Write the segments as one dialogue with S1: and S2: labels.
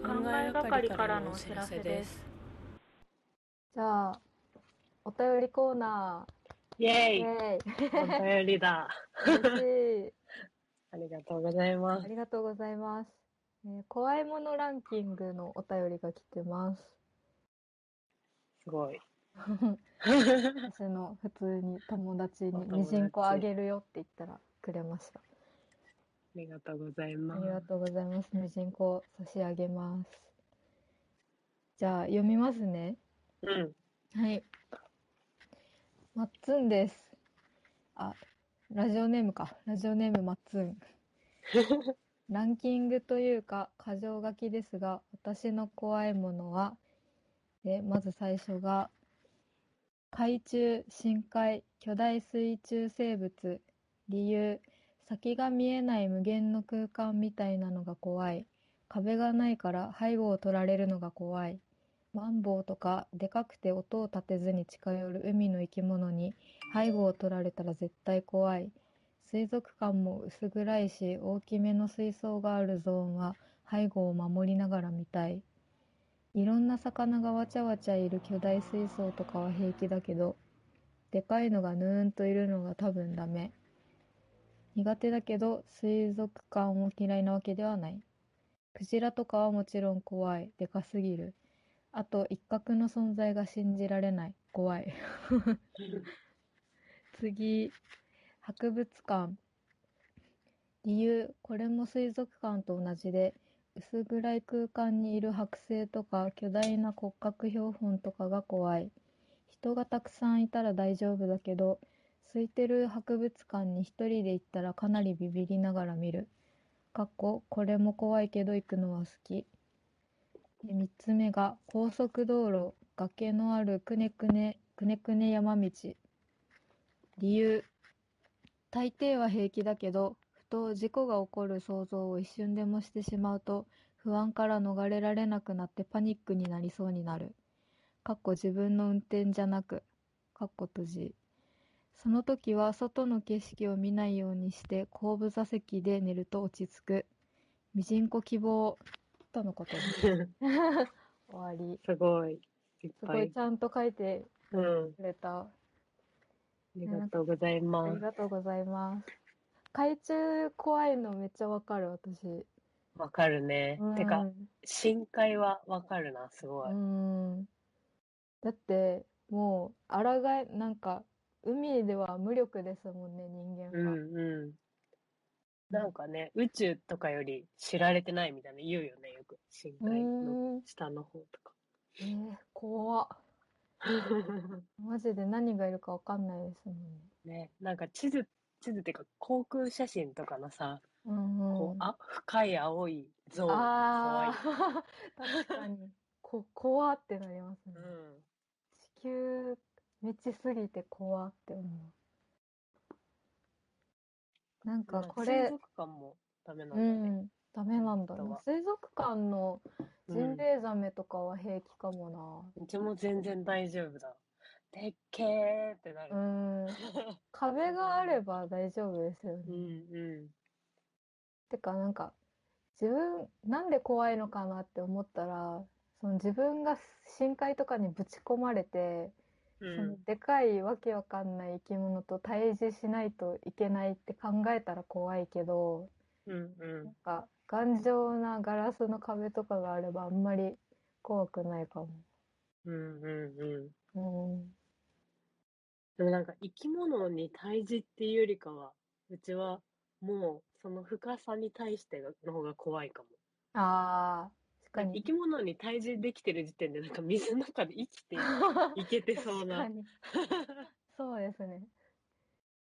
S1: 考えがかりからのお知らせです。
S2: じゃあ、お便りコーナ
S3: イ
S2: ー。イ
S3: エーイ
S2: ェイ。
S3: お便りだ。
S2: 嬉しい。
S3: ありがとうございま
S2: あ
S3: す。
S2: りがとうございます。えー怖いものランキングのお便りが来て ます。
S3: すごい。
S2: 私の普通に友
S3: お
S2: 達 に
S3: 友達
S2: ミジンコあげるよって言ったらくれました。
S3: ありがとうござい
S2: あ
S3: ま
S2: りが
S3: す。
S2: とうございます。ミジンコ差し上げます。じゃあ、読みますね。
S3: うん。
S2: はい。まっつんです。あ、ラジオネームか。ラジオネームまっつ ん。ランキングというか、箇条書きですが、私の怖いものは、え、まず最初が、海中、深海、巨大水中生物、理由、先が見えない無限の空間みたいなのが怖い。壁がないから背後を取られるのが怖い。マンボウとかでかくて音を立てずに近寄る海の生き物に背後を取られたら絶対怖い水族館も薄暗いし大きめの水槽があるゾーンは背後を守りながら見たいいろんな魚がわちゃわちゃいる巨大水槽とかは平気だけどでかいのがぬーんといるのが多分ダメ苦手だけど水族館を嫌いなわけではないクジラとかはもちろん怖いでかすぎるあと一角の存在が信じられない怖い 次博物館理由これも水族館と同じで薄暗い空間にいる剥製とか巨大な骨格標本とかが怖い人がたくさんいたら大丈夫だけど空いてる博物館に一人で行ったらかなりビビりながら見るかっここれも怖いけど行くのは好きで3つ目が高速道路崖のあるくねくねくねくね山道理由大抵は平気だけどふと事故が起こる想像を一瞬でもしてしまうと不安から逃れられなくなってパニックになりそうになるかっこ自分の運転じゃなくかっこ閉じその時は外の景色を見ないようにして後部座席で寝ると落ち着くミジンコ希望とのことです 終わり
S3: すごい。いっ
S2: すご
S3: ぱ
S2: い
S3: い
S2: ち。ゃんと書いて
S3: うん。
S2: くれた、
S3: ありがとうござい
S2: あ
S3: ま
S2: り
S3: す。
S2: がとうございます海中怖いのめっちゃわかる私
S3: わかるね。て
S2: う
S3: か、
S2: ん
S3: 深海はわかるな、すごい。
S2: うんだってもうあらがえなんか海では無力ですもんね人間
S3: う
S2: は、
S3: んうん。なんかね、宇宙とかより知られてないみたいな言うよね、よく。深海の
S2: うーん
S3: 下の方とか。
S2: えー、怖っマジで何がいるかわかんないですもんね
S3: ね、なんか地図、地図っていうか航空写真とかのさ、
S2: うんう
S3: こ
S2: ん
S3: う、あ、深い青いゾーン
S2: あ
S3: が
S2: ー 確かにこ怖ってなりますね、
S3: 怖い。うん。
S2: 地球満ちすぎて怖って思うなんかこ
S3: 水
S2: れ
S3: 族館もダメなん
S2: う
S3: だね。
S2: んダメなんだ
S3: 本当
S2: な
S3: は
S2: 水族館のジン
S3: う
S2: ベエザメとかは平気かも
S3: んうちも全然大丈夫だ。でっけーってなる
S2: なう。ん壁があれば大丈夫ですよ
S3: う
S2: ね
S3: んう
S2: てかなんか自分なんで怖いのかなって思ったらその自分が深海とかにぶち込まれて
S3: ん。
S2: そ
S3: うん
S2: のでかいわけわかんない生き物と対峙しないといけないって考えたら怖いけど
S3: うん
S2: なん
S3: う
S2: か頑丈なガラスの壁とかがあればあんまり怖くないか
S3: ん。うんうんうん。
S2: も。うん、
S3: でもなんか生き物に対峙っていうよりかは、うちはもうその深さに対しての方が怖いかも。
S2: あー確か
S3: 生
S2: に。
S3: き物に対峙できてる時点でなんか水の中で生きていけてそう
S2: 確か
S3: な。
S2: に。そうですね。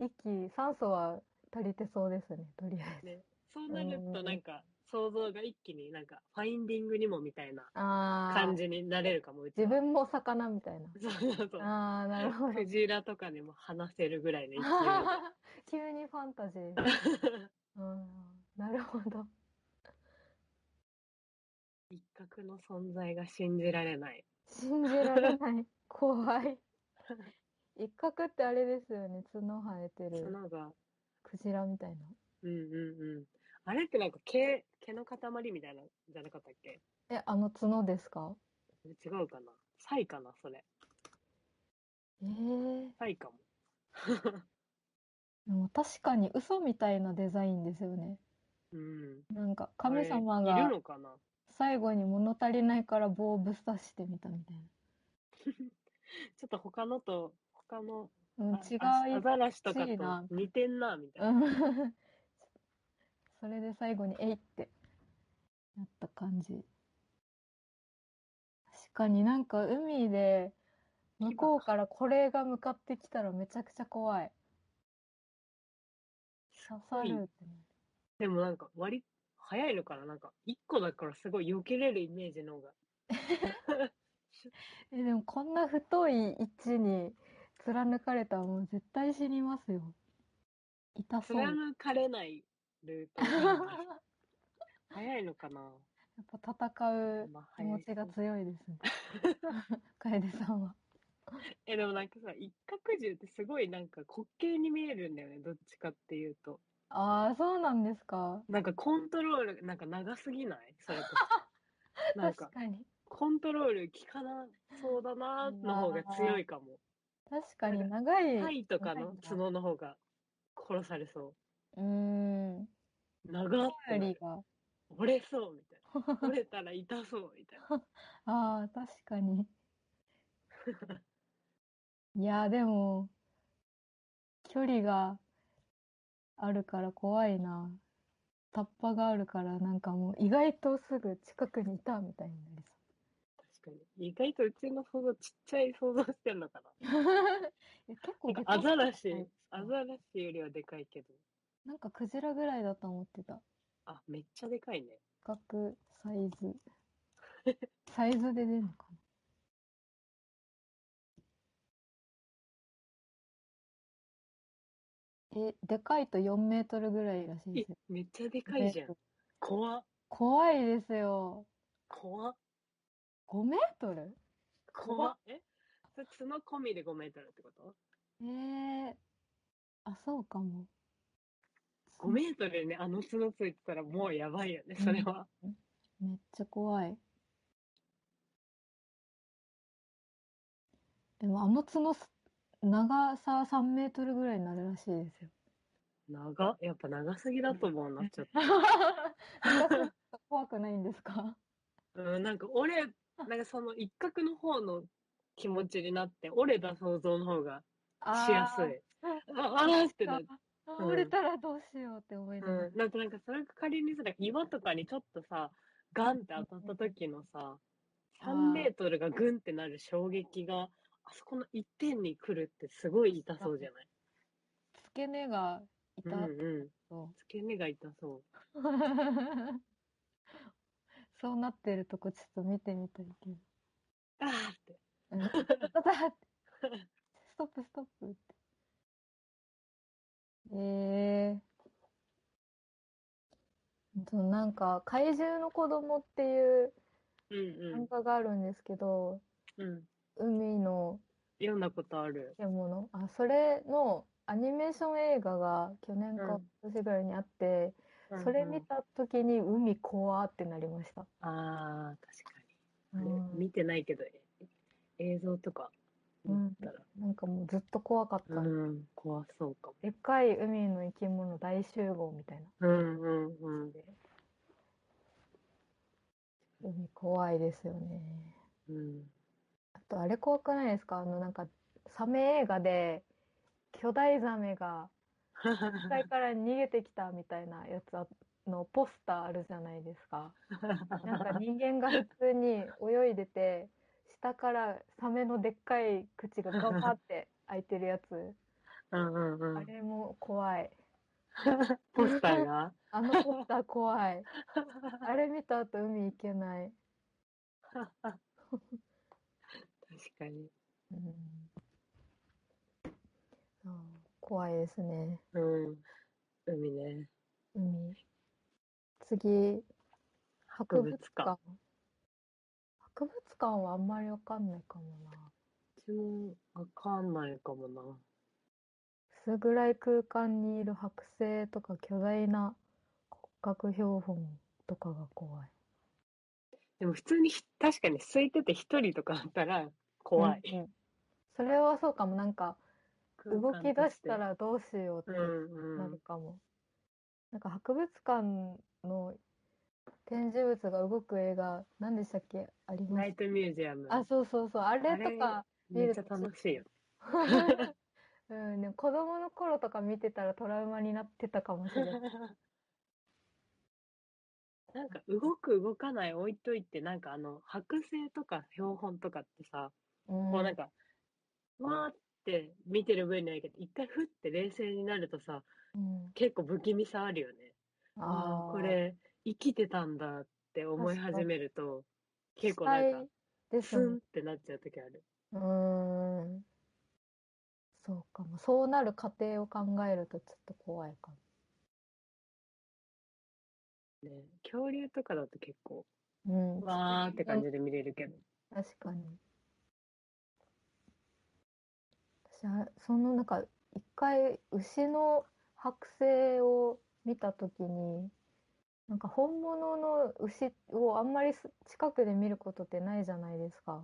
S2: 息、酸素は足りてそうですね、とりあえず。
S3: ねそうなるとなんか想像が一気になんかファインディングにもみたいな
S2: あー
S3: 感じになれるかも、うち
S2: 自
S3: は。
S2: 分も魚みたいな。
S3: そうそうそう。
S2: ああ、なるほど。
S3: クジラとかにも話せるぐらいの勢い
S2: 急にファンタジ ー。
S3: で。
S2: うん、なるほど。
S3: 一角の存在が信じられない。
S2: 信じら れない。怖い。一角ってあれですよね。角生えてる
S3: 角が、
S2: クジラみたいな。
S3: うんうんうん。あれってなんか毛、毛の塊みたいな、じゃなかったっけ
S2: え、あの角ですか
S3: 違うかなサイかなそれ。
S2: えー、
S3: サイかも。
S2: でも確かに嘘みたいなデザインですよね。
S3: うん。
S2: なんか神様
S3: あれい
S2: が
S3: るのかな
S2: 最後に物足りないから棒をぶっ刺してみたみたい
S3: ちょっと他のと、他の、
S2: な。うん、
S3: あ
S2: 違
S3: あ
S2: い
S3: アザラシとか
S2: 違いな
S3: と似てんな、みたいな。
S2: うん それで最後に「えい!」ってなった感じ確かになんか海で向こうからこれが向かってきたらめちゃくちゃ怖い刺さるってね
S3: でもなんか割り、早いのかななんか、一個だからすごい避けれるイメージの方が。
S2: えでもこんな太い位置に貫かれたらもう絶対死にますよ痛そうや
S3: 貫かれないルート なんだ。早いのかな
S2: っぱ戦う
S3: まあ
S2: 気
S3: 早い
S2: 持ちが強いですね楓さんは
S3: え、でもなんかさ、一角獣ってすごいなんか滑稽に見えるんだよね。どっちかっていうと。
S2: ああ、そうなんですか。
S3: なんかコントロール、なんか長すぎないそれ とか。なんか
S2: 確、かに。
S3: コントロール効かなそうだなーの方が強いかも。
S2: 確かに
S3: なん
S2: 長い。
S3: タイとか
S2: 長い
S3: の
S2: んだ
S3: 角の方が殺されそう
S2: ーん。
S3: う。長っ
S2: 頼りが。
S3: 折れそうみたいな。折れたら痛そうみ たいな。
S2: ああ、確 かに。いやー、でも、距離があるから怖いな。タッパがあるから、なんかもう意外とすぐ近くにいたみたいになりそ
S3: 確かに。意外とうちの想像ちっちゃい想像してんのかな。
S2: う。え結構
S3: なんか
S2: でか
S3: ア
S2: い
S3: ザラシ、アザラシよりはでかいけど。
S2: なんかクジラぐらいだと思ってた。
S3: あ、めっちゃでかいね。
S2: 比較、サイズ。サイズで出るのかなえ、でかいと4メートルぐらいらしい
S3: え
S2: ですよ。、
S3: めっちゃでかいじゃん。怖っ。
S2: 怖いですよ。
S3: 怖っ。
S2: 5メートル
S3: 怖っ。えそれ角込みで5メートルってこと
S2: えー、あ、そうかも。
S3: ?5 メートルでね、あの角ついてたらもうやばいよね、それは。
S2: めっちゃ怖い。でも、あの角す、長さ3メートルぐらいになるらしいですよ。
S3: 長っやっぱ長すぎだと思うな、ちょっと。
S2: 長さ怖くないんですか
S3: うん、なんか俺、なんかその一角の方の気持ちになって、折れた想像の方が しやすい。あ、あーってなる。
S2: あー
S3: うん
S2: 折れたらどうしようって思いながら、
S3: うん。なんかなんかそれが仮にさ、なんか岩とかにちょっとさ、ガンって当たった時のさ、
S2: あー
S3: 3メートルがグンってなる衝撃が、あそこの一点に来るってすごい痛そうじゃない
S2: 付け根が痛
S3: うんうん。
S2: そ
S3: 付け根が痛そう。
S2: う、 そうなってるとこちょっと見てみたいけど、
S3: あーって。
S2: うん、 あ痛いストップストップってええーそうなんか「怪獣の子供っていう
S3: うん
S2: 漫画があるんですけど、
S3: うん。うん。
S2: 海の
S3: 読んだことある。
S2: でものあそれのアニメーション映画が去年
S3: うん
S2: か今年ぐらいにあって、それ見
S3: うんうん
S2: た時に海怖ってなりました、
S3: あー、確かに。
S2: う
S3: ね
S2: ん
S3: 見てないけどえ映像とか見たら、
S2: なんかもうずっと怖かった、
S3: うん怖そうかも。
S2: でっかい海の生き物大集合みたい
S3: う
S2: な
S3: んうんうん。
S2: 海怖いですよね
S3: うん、
S2: あとあれ怖くないですかあのなんかサメ映画で巨大ザメが一回から逃げてきたみたいなやつあのポスターあるじゃないですかなんか人間が普通に泳いでて下からサメのでっかい口がガバ って開いてるやつ
S3: うんうんう
S2: あ
S3: ん。
S2: れも怖い
S3: ポスターが
S2: あのポスター怖 いあれ見た後海行けない、
S3: 確かに。
S2: うん、そう怖いですね
S3: うん。海ね。
S2: 海次博物
S3: 物館
S2: 館博物館はあんまりわかんないかもな
S3: うちもわかんないかもな。
S2: 薄暗い空間にいる剥製とか巨大な角標本とかが怖い。
S3: でも普通にひ確かに空いてて一人とかあったら怖い。
S2: うんうんそれはそうかも、なんか、動
S3: 空間
S2: き出
S3: と
S2: してた。らどうしよう
S3: う
S2: って
S3: んう
S2: なんる。かも。なんか博物館の展示物が動く映画、何でしたっけありま
S3: ナ
S2: す
S3: イトミュージアム。
S2: あ、そうそうそう、あれとか、
S3: めっちゃ楽しいよ。
S2: うん、でも子供の頃とか見てたらトラウマになってたかもしれ ない。
S3: なんか動く動かない置いといてなんかあの剥製とか標本とかってさ、
S2: うん
S3: もうなんかわーって見てる分にはいいけど一回ふって冷静になるとさ
S2: うん
S3: 結構不気味さあるよね。あ
S2: あ
S3: あ
S2: ー
S3: これ生きてたんだって思い始めると結構なんか
S2: で
S3: ス
S2: すね
S3: ンってなっちゃう時ある。
S2: うーんそうかもそうなる過程を考えるとちょっと怖いか
S3: ね、恐竜とかだと結構
S2: もうん
S3: わーって感じで見れるけど。
S2: 確かに私はそのなんか一回牛の剥製を見た時になんか本物の牛をあんまりす近くで見ることってないじゃないですか。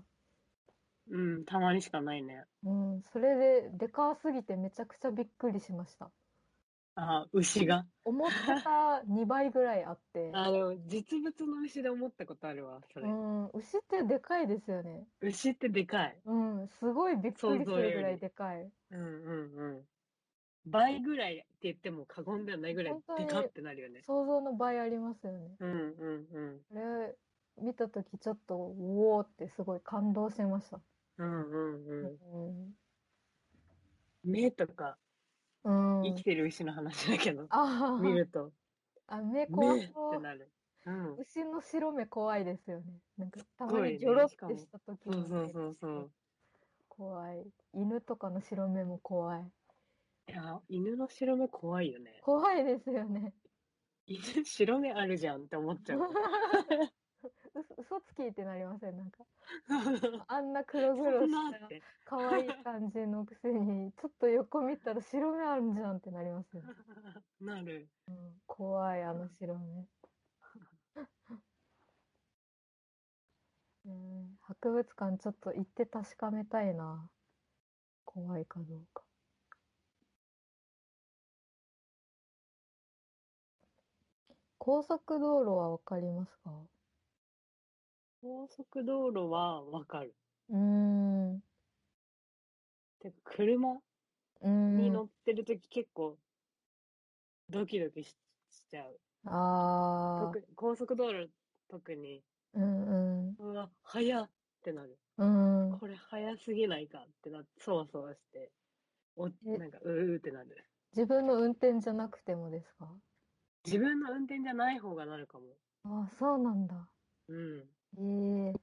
S3: うん、たまにしかないね。
S2: うん、それででかすぎてめちゃくちゃびっくりしました。
S3: あー牛が。
S2: 思ってた2倍ぐらいあ って。
S3: あの、実物の牛で思ったことあるわ、そうれ。
S2: ん、牛ってでかいですよね。
S3: 牛ってでかい。
S2: うん、すごいびっくりす
S3: 想像よ
S2: る
S3: り
S2: ぐらいでかい。
S3: うんうんうん。倍ぐらいって言っても過言ではないぐらい
S2: 本当
S3: で
S2: に
S3: かってなるよね。
S2: 想像の倍ありますよね。
S3: うんうん
S2: これ見たときちょっと、うおーってすごい感動しました。
S3: うん。うんうんう
S2: うん。
S3: ん。目とか、
S2: うん。
S3: 生きてる牛の話だけど、
S2: あ
S3: 見
S2: ー
S3: ると、
S2: あ、目怖
S3: 目っ
S2: そ
S3: て
S2: う。
S3: なる。うん。
S2: 牛の白目怖いですよね。なんかた
S3: すご
S2: ま
S3: いね
S2: にギョロっ
S3: しかも
S2: てしたとき
S3: そうそうそうそう。
S2: 怖い。犬とかの白目も怖い。
S3: いや、犬の白目怖いよね。
S2: 怖いですよね。
S3: 犬白目あるじゃんって思っちゃう。
S2: う嘘つきってなりませんなんか。
S3: そ
S2: あんな黒々
S3: ん
S2: し
S3: な
S2: た
S3: って。
S2: 可愛い感じのくせ に、ちょっと横見たら白目あるんじゃんってなりますよね。
S3: なる。
S2: 怖い、あの白 目。うん、博物館ちょっと行って確かめたいな。怖いかどうか。高速道路はわかりますか
S3: 高速道路はわかる。
S2: うーん。う
S3: てか、車
S2: ーん。
S3: に乗ってるとき結構ドキドキししちゃう。
S2: ああ。
S3: 特高速道路特に、
S2: うんうん。
S3: うわ、速っってなる。
S2: うん。
S3: これ速すぎないかってなって、そわそわして、お
S2: え
S3: なんか、うーってなる。
S2: 自分の運転じゃなくてもですか
S3: 自分の運転じゃない方がなるかも。
S2: ああ、そうなんだ。
S3: うん。
S2: ええ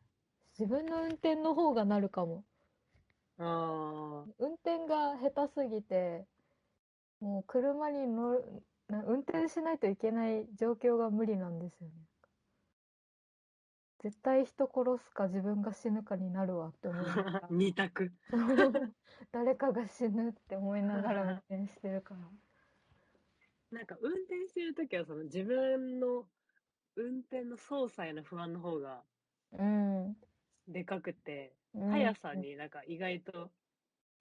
S2: 自分の運転の方がなるかも。
S3: あ
S2: 運転が下手すぎて、もう車に乗る、な運転しないといけない状況が無理なんですよね。絶対人殺すか自分が死ぬかになるわ って思いなが
S3: あ
S2: ら、
S3: 二択。
S2: 誰かが死ぬって思いながら運転してるから。
S3: なんか、運転してるときは、その自分の運転の操作への不安の方が
S2: うん。
S3: でかくて、
S2: うん
S3: 速さ。になんか意外と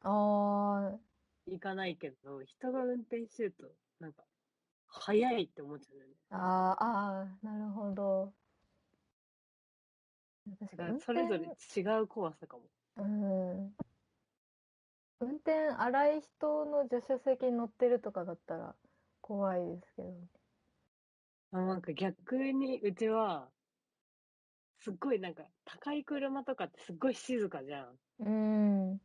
S2: ああ、
S3: 行かないけど、人が運転してると、なんか、早いって思っちゃうんだよね。
S2: ああ、ああ、なるほど。
S3: だ
S2: 確か
S3: から
S2: に
S3: それぞ
S2: 運
S3: れ
S2: 転
S3: 違う怖さかも。
S2: うん。運転荒い人の助手席に乗ってるとかだったら怖いですけど。
S3: あなんか逆に、うちは、すっごいなんか、高い車とかってすっごい静かじゃん。
S2: うん。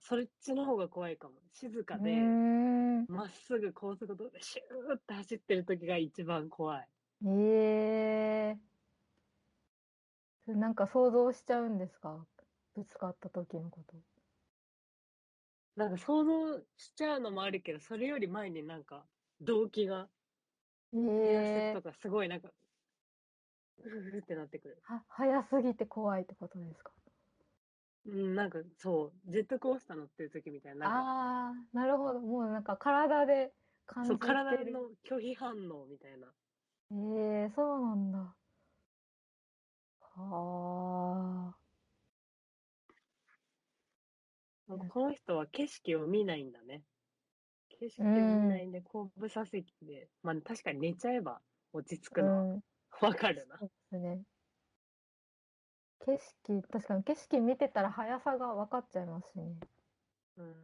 S3: そっちの方が怖いかも。静かで、
S2: うん
S3: まっすぐ高速道路でシューって走ってる時が一番怖い。
S2: ええそれなんか想像しちゃうんですかぶつかった時のこと。
S3: なんか想像しちゃうのもあるけど、それより前になんか、動機が、リアセ
S2: ええ
S3: とかすごいなんか、うーってなってくる。
S2: は、早すぎて怖いってことですか
S3: うん、なんかそう、ジェットコースター乗ってる時みたいな、なんか
S2: ああ、なるほど。もうなんか体で感
S3: そう、
S2: じて
S3: 体
S2: る。
S3: の拒否反応みたいな。
S2: ええそうなんだ。はあ。
S3: なんかこの人は景色を見ないんだね。景色を見ないで、後部座席で、まあ確かに寝ちゃえば落ち着くのは
S2: うん、
S3: わかるな。
S2: そうですね。景色、確かに景色見てたら速さが分かっちゃいますしね。
S3: うんうん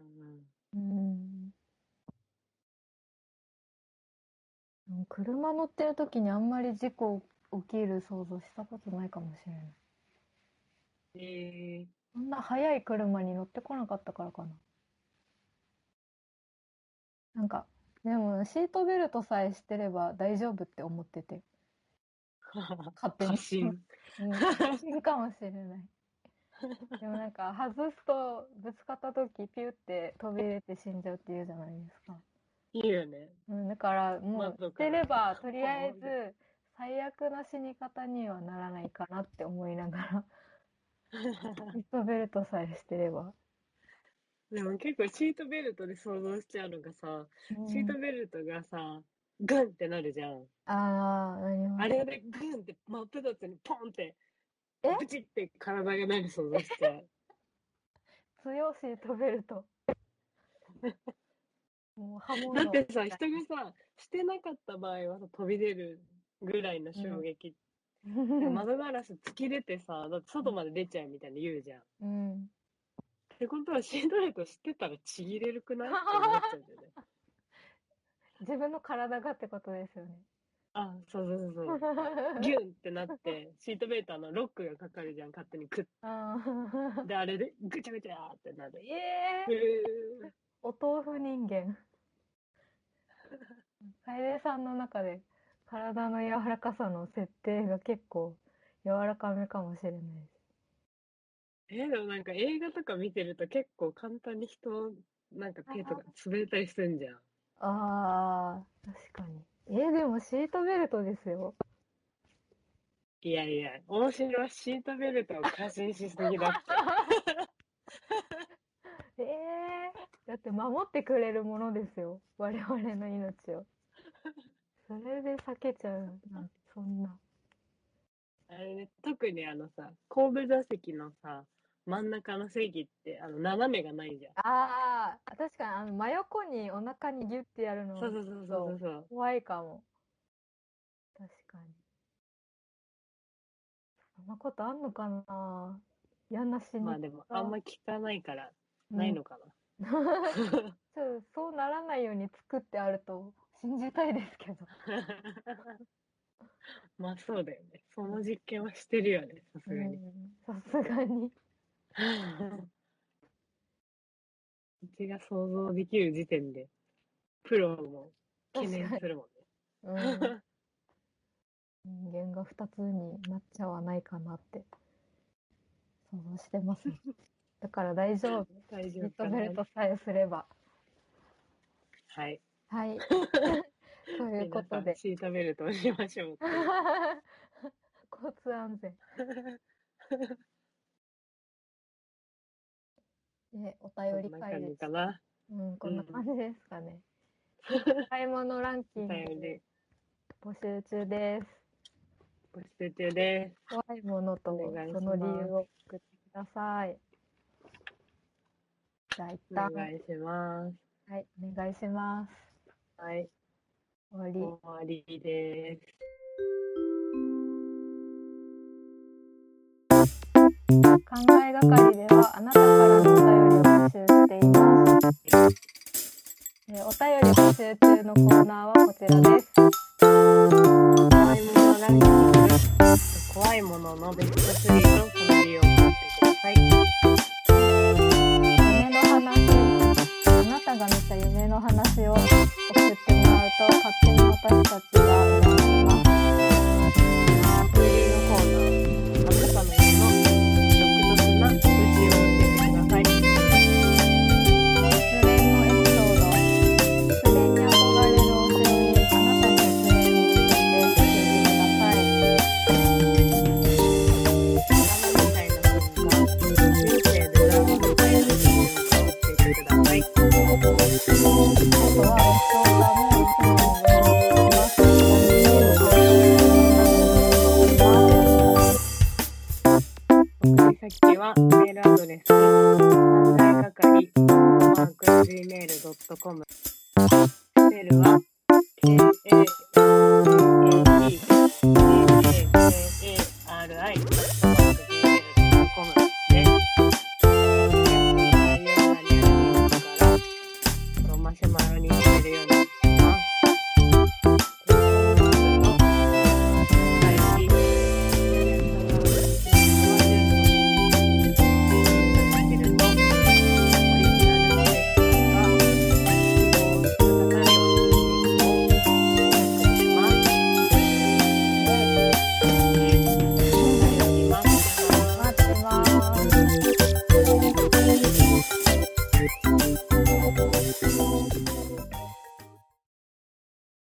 S2: うん。でも車乗ってる時にあんまり事故起きる想像したことないかもしれない。
S3: えー、
S2: そんな速い車に乗ってこなかったからかな。なんか、でもシートベルトさえしてれば大丈夫って思ってて、勝手に。
S3: 過信。
S2: うん、確信かもしれない。でもなんか外すとぶつかった時ピュって飛び出て死んじゃうっていうじゃないですか。
S3: いいよ ね。
S2: うん、だからもう
S3: 窓
S2: 捨
S3: から
S2: てればとりあえず最悪な死に方にはならないかなって思いながらシートベルトさえしてれば。
S3: でも結構シートベルトで想像しちゃうのがさ、
S2: うん
S3: シートベルトがさ、グンってなるじゃん。
S2: ああ、なります
S3: あれでグンって真っ二つにポンって、
S2: え
S3: プチって体がなる想像しちゃう。
S2: 強いシートベルト。 もう刃物
S3: だってさ、人がさ、してなかった場合はさ、飛び出るぐらいの衝撃。窓ガラス突き出てさ、だって外まで出ちゃうみたいな言うじゃん。っ
S2: うん。
S3: てことは、シートベルトしてたらちぎれるくないって思っちゃうんだよね。
S2: 自分の体がってことですよね。
S3: あ、そうそうそうそう。 ギュンってなって、シートベルトあのロックがかかるじゃん、勝手にくっ
S2: あー
S3: で、あれでぐちゃぐちゃーってなる。
S2: え
S3: う
S2: ー、
S3: ー
S2: お豆腐人間。楓さんの中で体の柔らかさの設定が結構柔らかめかもしれないです。
S3: えーでもなんか映画とか見てると結構簡単に人のなんか手とか滑ったりするんじゃん。
S2: あー、確かに。えー、でもシートベルトですよ。
S3: いやいや、面白いシートベルトを過信しすぎだって。
S2: えー、だって守ってくれるものですよ。我々の命を。それで避けちゃうなんて、そんな。
S3: あれね、特にあのさ、後部座席のさ、真ん中の席ってあの斜めがないじゃん。
S2: ああ、確かに、あの、真横にお腹にギュッてやるの
S3: そうそうそうそうそう。
S2: 怖いかも。確かに。そんなことあんのかな嫌な死に。
S3: まあでもあんま聞かないから
S2: うん
S3: ないのかな。
S2: ちょっとそうならないように作ってあると信じたいですけど。
S3: まあそうだよね。その実験はしてるよね、さすがに。
S2: うんさすがに。
S3: うちが想像できる時点で、プロも懸念するもん
S2: うん 人間が二つになっちゃわないかなって想像し てます。だから大丈夫。
S3: ね。大
S2: シ
S3: 丈
S2: ー
S3: 夫
S2: ト
S3: か
S2: ベ
S3: な
S2: ルトさえすれば。
S3: はい。
S2: はい。というこ
S3: 皆さ
S2: と
S3: ん
S2: で、
S3: シートベルトをしましょうっていう。
S2: 交通安 全。で、お便り
S3: こんな
S2: 会
S3: 感
S2: で
S3: じ
S2: す
S3: か。な。
S2: うん、こんな感じですかね。買い物ランキ
S3: お
S2: ング
S3: 便り
S2: 募集中です。
S3: 募集中です。
S2: 怖いものと
S3: お願いし
S2: そ
S3: ます
S2: の理由を送ってください。じゃあ一
S3: お
S2: 旦、
S3: 願いします。
S2: はい、お願いします。
S3: はい。
S2: 終わり。
S3: 終わりです。
S2: 考えがかりではあなたからのお便りを募集しています。えーお便り募集中のコーナーはこちらです。
S3: 怖いものランキングです。怖いもののベスト3とその理由を送ってください。
S2: 夢の話、あなたが見た夢の話を送ってもらうと勝手に私たちが占います。
S3: 風流のコーナー、あなたの家の食雑な風習を教えてください。
S2: 失恋のエピソード失恋に憧れるお城にあなたの失恋を
S3: ドラマみたいなものが人生でドラマ
S2: 教えてください
S3: みたいな人生を作っていってください。
S2: あとはお相談もいつもお願いします
S3: 先はメールアドレス、犯罪係、マーク、gmail.com。スペルは、k a